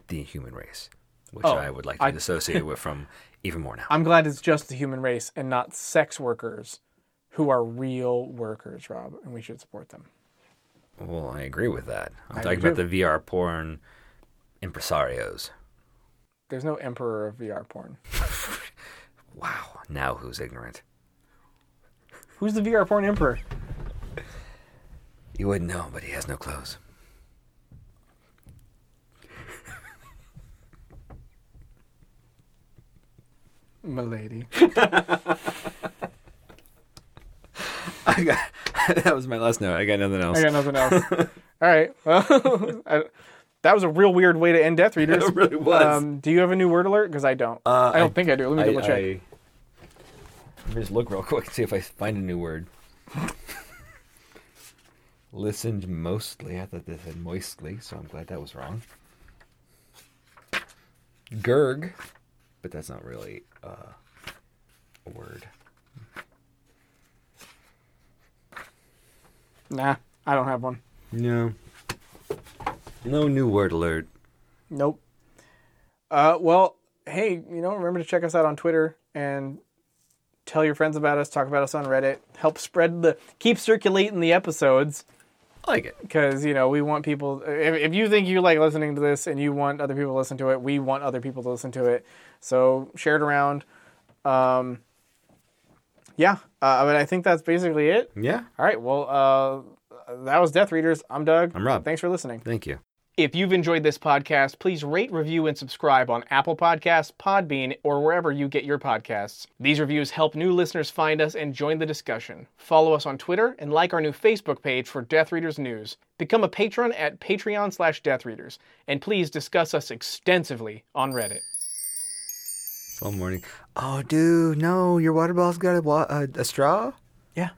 B: the human race, which
A: Oh,
B: I would like to
A: I-
B: dissociate with from even more now.
A: I'm glad it's just the human race and not sex workers, who are real workers, Rob, and we should support them.
B: Well, I agree with that. I'm
A: I
B: talking
A: do
B: about the VR porn impresarios.
A: There's no emperor of VR porn.
B: Wow. Now who's ignorant?
A: Who's the VR porn emperor?
B: You wouldn't know, but he has no clothes.
A: Milady.
B: I got, that was my last note. I got nothing else.
A: I got nothing else. All right. Well, I, that was a real weird way to end Death Readers.
B: It really was.
A: Um, do you have a new word alert? Because I don't.
B: Uh,
A: I don't
B: I-
A: think I do. Let me double check.
B: Let me just look real quick and see if I find a new word. Listened mostly. I thought this said moistly, so I'm glad that was wrong. Gerg, but that's not really uh, a word.
A: Nah, I don't have one.
B: No. No new word alert.
A: Nope. Uh, well, hey, you know, remember to check us out on Twitter and tell your friends about us. Talk about us on Reddit. Help spread the keep circulating the episodes.
B: I like it.
A: because you know we want people. If, if you think you like listening to this and you want other people to listen to it, we want other people to listen to it. So share it around. Um, yeah, uh, but I think that's basically it.
B: Yeah.
A: All right. Well, uh, that was Death Readers. I'm Doug.
B: I'm Rob.
A: Thanks for listening.
B: Thank you.
A: If you've enjoyed this podcast, please rate, review, and subscribe on Apple Podcasts, Podbean, or wherever you get your podcasts. These reviews help new listeners find us and join the discussion. Follow us on Twitter and like our new Facebook page for Death Readers News. Become a patron at patreon slash deathreaders, and please discuss us extensively on Reddit.
B: It's all morning. Oh, dude, no, your water bottle's got a, wa- a, a straw?
A: Yeah.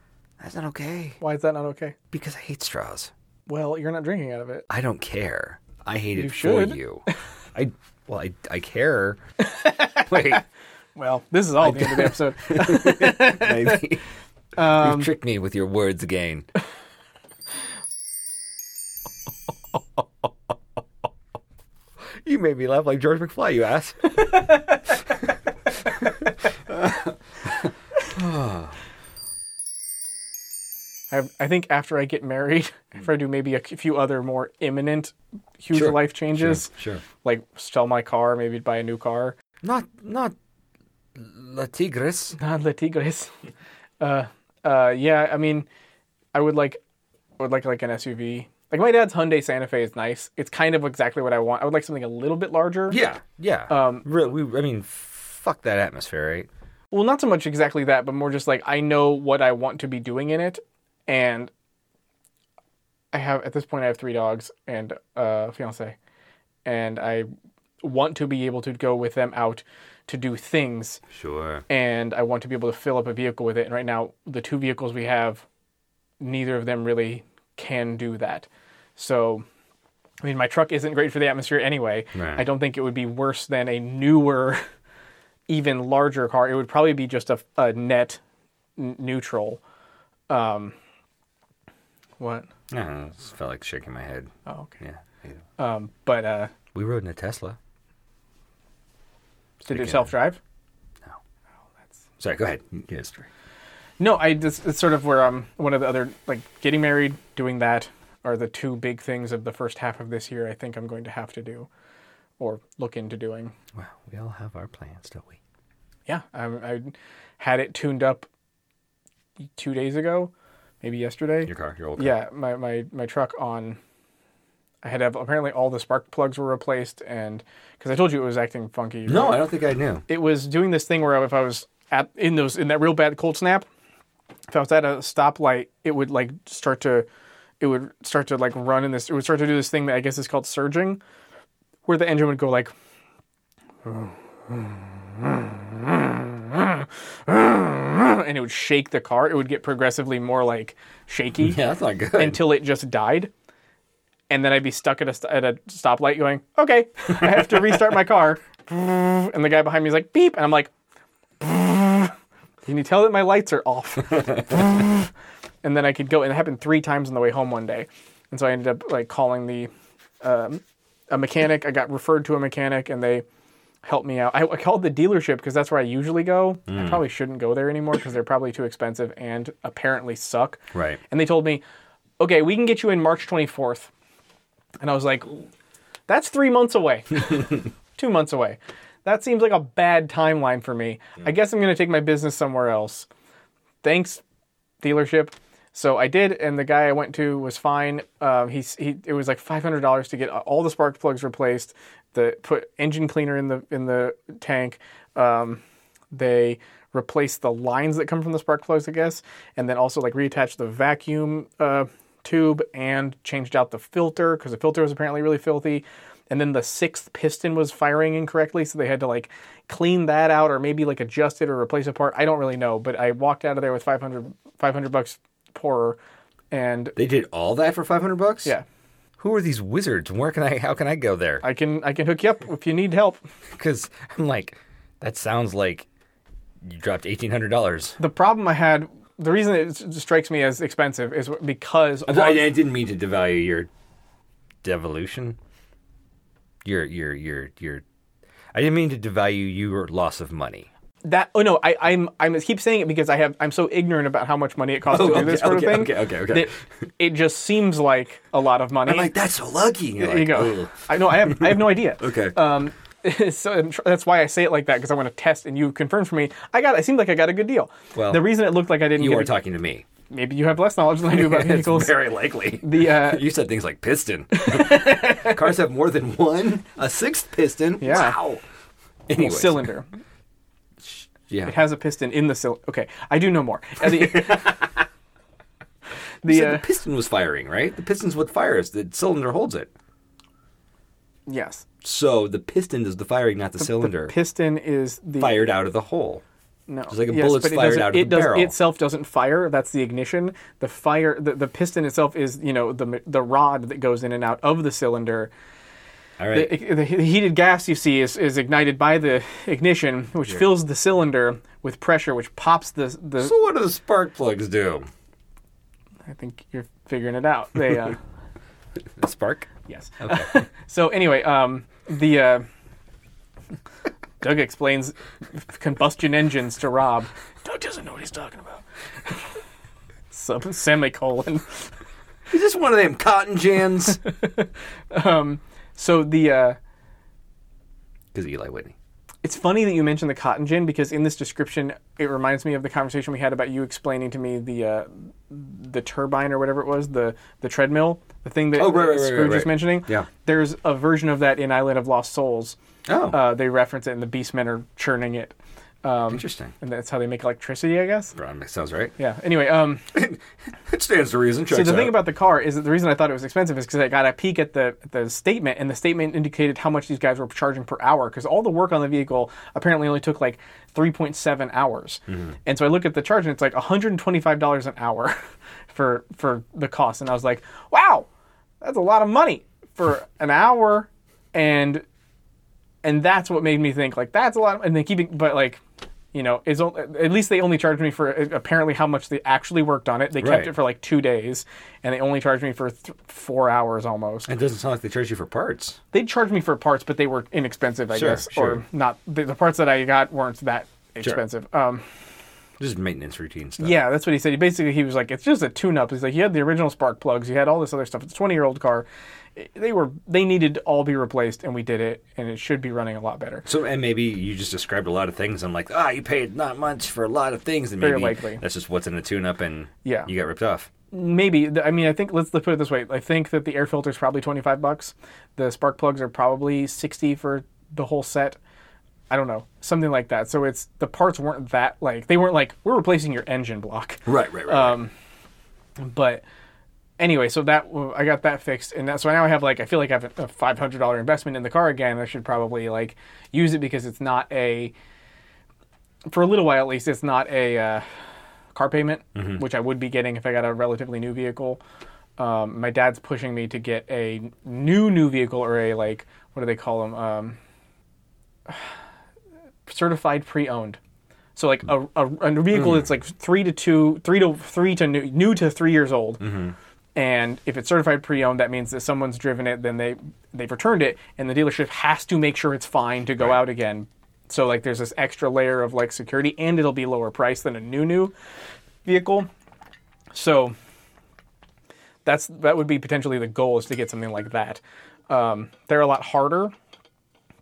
B: That's not okay.
A: Why is that not okay?
B: Because I hate straws.
A: Well, you're not drinking out of it.
B: I don't care. I hate
A: You
B: it for
A: should.
B: you. I well, I, I care. Wait,
A: Well, this is all the end of the episode.
B: maybe Um, you've tricked me with your words again. you made me laugh like George McFly. You ass.
A: I, I think after I get married, after I do maybe a few other more imminent, huge
B: Sure.
A: life changes,
B: Sure.
A: like sell my car, maybe buy a new car.
B: Not not La Tigres.
A: Not Ah, the Tigres. Uh, uh, yeah, I mean, I would like, I would like like an SUV. Like my dad's Hyundai Santa Fe is nice. It's kind of exactly what I want. I would like something a little bit larger.
B: Yeah. Yeah. Um. Really, we. I mean, fuck that atmosphere, right?
A: Well, not so much exactly that, but more just like I know what I want to be doing in it, and I have at this point I have three dogs and a fiance, and I want to be able to go with them out to do things,
B: Sure.
A: and I want to be able to fill up a vehicle with it. And right now, the two vehicles we have, neither of them really can do that. So, I mean, my truck isn't great for the atmosphere anyway.
B: Right.
A: I don't think it would be worse than a newer, even larger car. It would probably be just a, a net n- neutral. Um, what?
B: I don't know. I just felt like shaking my head.
A: Oh, okay.
B: Yeah. yeah.
A: Um, but uh,
B: We rode in a Tesla.
A: did
B: Speaking
A: it
B: of-
A: self drive?
B: Sorry, go ahead. Yeah, it's true.
A: No, I just it's sort of where um one of the other like getting married, doing that are the two big things of the first half of this year I think I'm going to have to do or look into doing.
B: Wow, we all have our plans, don't we?
A: Yeah, I, I had it tuned up 2 days ago, maybe yesterday.
B: Your car, your old car.
A: Yeah, my my my truck on I had to have apparently all the spark plugs were replaced and cuz I told you it was acting funky.
B: No,
A: right?
B: I don't think I knew.
A: it was doing this thing where if I was at in those in that real bad cold snap, if I was at a stoplight, it would like start to it would start to like run in this it would start to do this thing that I guess is called surging, where the engine would go like and it would shake the car. It would get progressively more like shaky
B: Yeah, that's not good.
A: until it just died. And then I'd be stuck at a, st- at a stoplight going, okay, I have to restart my car. And the guy behind me is like, beep. And I'm like, can you tell that my lights are off? and then I could go, and it happened three times on the way home one day. And so I ended up like calling the, um, a mechanic. I got referred to a mechanic and they helped me out. I, I called the dealership because that's where I usually go. I probably shouldn't go there anymore because they're probably too expensive and apparently suck.
B: right.
A: And they told me, okay, we can get you in March 24th. And I was like, that's three months away, two months away. That seems like a bad timeline for me. I guess I'm going to take my business somewhere else. Thanks, dealership. So I did, and the guy I went to was fine. Um, he, he it was like five hundred dollars to get all the spark plugs replaced, the put engine cleaner in the in the tank. Um, they replaced the lines that come from the spark plugs, I guess, and then also like reattached the vacuum uh, tube and changed out the filter because the filter was apparently really filthy. And then the sixth piston was firing incorrectly, so they had to like clean that out or maybe like adjust it or replace a part. I don't really know, but I walked out of there with 500, 500 bucks poorer. And
B: They did all that for 500 bucks?
A: yeah,
B: Who are these wizards? and Where can I how can I go there?
A: I can I can hook you up if you need help.
B: Cuz I'm like that sounds like you dropped $1800.
A: The problem I had, the reason it s- strikes me as expensive is because
B: I didn't mean to devalue your devolution. Your your your your I didn't mean to devalue your loss of money.
A: that oh no, I, I'm I'm I keep saying it because I have I'm so ignorant about how much money it costs
B: Oh,
A: to do
B: okay,
A: this sort
B: okay,
A: of thing.
B: okay, okay, okay.
A: that it just seems like a lot of money.
B: I'm like, that's so lucky. And you're
A: there you
B: like,
A: go.
B: "Ugh."
A: I know I have I have no idea.
B: Okay.
A: Um, so I'm tr- that's why I say it like that because I want to test and you confirm for me. I got. I seemed like I got a good deal.
B: Well,
A: the reason it looked like I didn't.
B: you
A: get
B: are
A: a-
B: talking to me.
A: Maybe you have less knowledge than I do about
B: It's
A: vehicles.
B: very likely.
A: The uh,
B: You said things like piston. Cars have more than one, a sixth piston.
A: Yeah.
B: Wow. Anyways.
A: cylinder.
B: Yeah.
A: It has a piston in the cylinder. Okay, I do know more. Uh, the
B: You
A: the,
B: said
A: uh,
B: the piston was firing, right? The piston's what fires. The cylinder holds it.
A: yes,
B: So the piston does the firing, not the, cylinder.
A: piston is the
B: fired out of the hole.
A: no.
B: It's like a
A: yes,
B: bullet's
A: but it
B: fired
A: doesn't-
B: out of
A: it
B: the
A: does-
B: barrel.
A: Itself doesn't fire. That's the ignition. The fire. The, the piston itself is you know the ma- the rod that goes in and out of the cylinder.
B: All right.
A: The, the heated gas you see is, is ignited by the ignition, which fills the cylinder with pressure, which pops the the.
B: so what do the spark plugs do?
A: I think you're figuring it out. They. Uh,
B: Spark?
A: Yes. so anyway, um, the uh, Doug explains combustion engines to Rob. Doug doesn't know what he's talking about. Sub semicolon.
B: Is this one of them cotton gins?
A: So the uh,
B: Because Eli Whitney.
A: it's funny that you mentioned the cotton gin because in this description it reminds me of the conversation we had about you explaining to me the uh, the turbine or whatever it was the the treadmill the thing that
B: Oh, right, right, right, right,
A: Scrooge was
B: right.
A: mentioning.
B: Yeah.
A: There's a version of that in Island of Lost Souls.
B: Oh.
A: Uh, they reference it and the beastmen are churning it. Um,
B: Interesting.
A: and that's how they make electricity, I guess.
B: That sounds right.
A: Yeah. Anyway, um,
B: It stands to reason.
A: so the thing about the car is that the reason I thought it was expensive is because I got a peek at the at the statement, and the statement indicated how much these guys were charging per hour. Because all the work on the vehicle apparently only took like 3.7 hours, and so I look at the charge, and it's like 125 dollars an hour for for the cost, and I was like, wow, that's a lot of money for an hour, and and that's what made me think like that's a lot. Of, and then keeping, but like. You know, is at least they only charged me for uh, apparently how much they actually worked on it. They kept
B: Right.
A: it for like two days, and they only charged me for th- four hours almost.
B: It doesn't sound like they charge you for parts.
A: They charged me for parts, but they were inexpensive, I
B: Sure,
A: guess,
B: sure.
A: or not. The, the parts that I got weren't that expensive. Um,
B: Just maintenance routine stuff.
A: yeah, that's what he said. He basically he was like, it's just a tune-up. He's like, you had the original spark plugs, you had all this other stuff. It's a twenty-year-old car. It- They were they needed to all be replaced, and we did it, and it should be running a lot better.
B: So, and maybe you just described a lot of things. I'm like, ah, you paid not much for a lot of things, and
A: Very
B: maybe
A: likely.
B: that's just what's in the tune-up, and
A: Yeah.
B: you got ripped off.
A: maybe th- i mean i think let's, let's put it this way i think that the air filter is probably 25 bucks the spark plugs are probably 60 for the whole set i don't know something like that so it's the parts weren't that like they weren't like we're replacing your engine block
B: Right, right, right.
A: Um, but anyway so that i got that fixed and that, so now i have like i feel like i have a $500 investment in the car again i should probably like use it because it's not a for a little while at least it's not a uh, car payment which i would be getting if i got a relatively new vehicle um, my dad's pushing me to get a new new vehicle or a like what do they call them um, certified pre-owned so like a, a, a vehicle that's like three to two three to three to new, new to three years old and if it's certified pre-owned that means that someone's driven it then they they've returned it and the dealership has to make sure it's fine to go out again so like there's this extra layer of like security and it'll be lower price than a new new vehicle so that's that would be potentially the goal is to get something like that. Um, they're a lot harder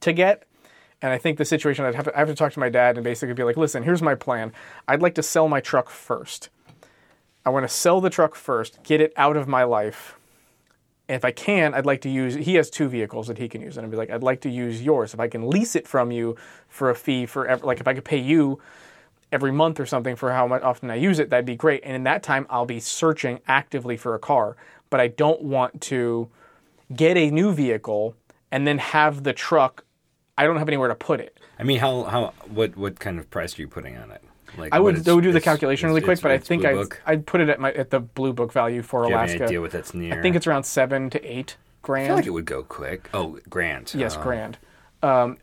A: to get, and I think the situation I'd have to, I have to talk to my dad and basically be like, listen, here's my plan. I'd like to sell my truck first. I want to sell the truck first, get it out of my life. And if I can, I'd like to use. He has two vehicles that he can use, and I'd be like, I'd like to use yours. If I can lease it from you for a fee for ev- like if I could pay you every month or something for how much often I use it, that'd be great. And in that time, I'll be searching actively for a car. But I don't want to get a new vehicle and then have the truck. I don't have anywhere to put it.
B: I mean, how how what what kind of price are you putting on it? Like
A: I
B: what
A: would
B: is-
A: go do the
B: is-
A: calculation
B: is-
A: really quick,
B: is-
A: but I
B: is
A: think
B: Blue
A: I'd,
B: Book?
A: I'd put it at my at the blue book value for
B: Do you have
A: Alaska.
B: any idea what that's near?
A: I think it's around seven to eight grand.
B: I feel like it would go quick. Oh, grand.
A: yes,
B: Uh,
A: grand.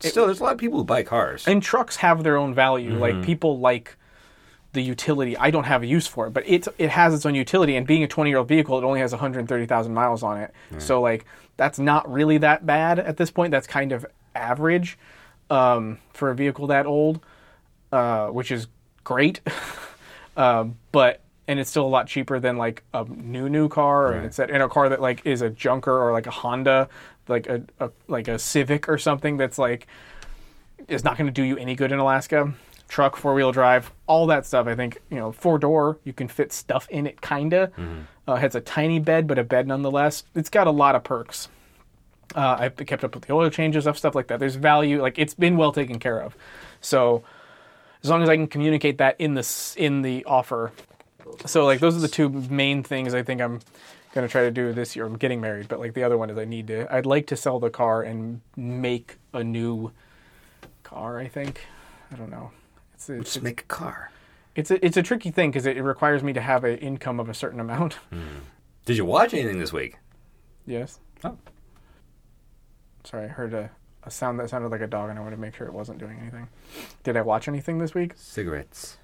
B: Still, there's a lot of people who buy cars.
A: and trucks have their own value. Like people like the utility. I don't have a use for it, but it it has its own utility. And being a 20 year old vehicle, it only has 130,000 miles on it. So like that's not really that bad at this point. That's kind of average um, for a vehicle that old. uh, which is great. um, but and it's still a lot cheaper than like a new new car, and it's that in a car that like is a junker or like a Honda, like a, a like a Civic or something that's like is not going to do you any good in Alaska. Truck, four wheel drive, all that stuff. I think you know, four door, you can fit stuff in it, kinda. Uh, has a tiny bed, but a bed nonetheless. It's got a lot of perks. Uh, I've kept up with the oil changes, stuff, stuff like that. There's value, like it's been well taken care of. So as long as I can communicate that in the s- in the offer, so like those are the two main things I think I'm gonna try to do this year. I'm getting married, but like the other one is I need to. I'd like to sell the car and make a new car. I think I don't know. It's a, it's
B: Just
A: a,
B: make a car.
A: it's a, it's a tricky thing because it, it requires me to have an income of a certain amount.
B: Did you watch anything this week?
A: yes.
B: Oh.
A: Sorry, I heard a, a sound that sounded like a dog, and I wanted to make sure it wasn't doing anything. Did I watch anything this week?
B: Cigarettes.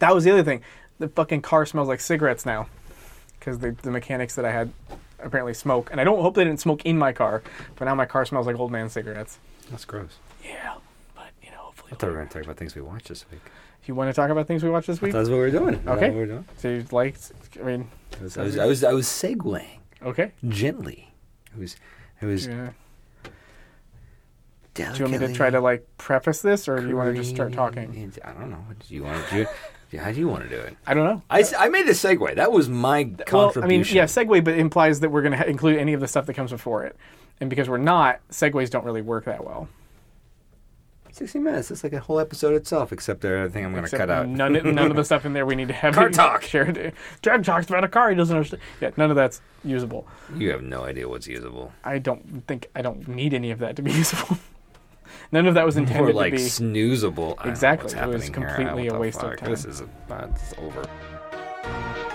A: That was the other thing. The fucking car smells like cigarettes now, because the, the mechanics that I had apparently smoke, and I don't hope they didn't smoke in my car. But now my car smells like old man cigarettes.
B: That's gross.
A: Yeah, but you know, hopefully.
B: I thought we were going to talk about things we watched this week.
A: You want to talk about things we watched this week?
B: That's what we were doing. Is that
A: Okay.
B: what we were doing?
A: So you liked? I mean,
B: I was, I was, I was, I was segueing
A: okay.
B: gently. It was, it was
A: Yeah. Do you
B: delicately.
A: want me to try to like preface this, or do you want to just start talking?
B: created- I don't know. Do you want to do? How do you want to do it?
A: I don't know.
B: I, s- I made a segue. That was my
A: Well, I mean,
B: contribution.
A: yeah, segue, but it implies that we're going to ha- include any of the stuff that comes before it, and because we're not, segues don't really work that well.
B: 60 minutes. It's like a whole episode itself, except the other thing I'm going to
A: Except
B: cut out.
A: None, none of the stuff in there we need to have
B: Car talk.
A: shared. Jack talks about a car he doesn't understand. Yeah, none of that's usable.
B: You have no idea what's usable.
A: I don't think I don't need any of that to be useful. none of that was
B: Or
A: intended
B: like
A: to be.
B: snoozable. I don't know
A: Exactly. It
B: what's
A: was
B: happening here.
A: completely
B: What
A: a
B: the
A: waste of
B: fuck?
A: time.
B: This is uh, it's over.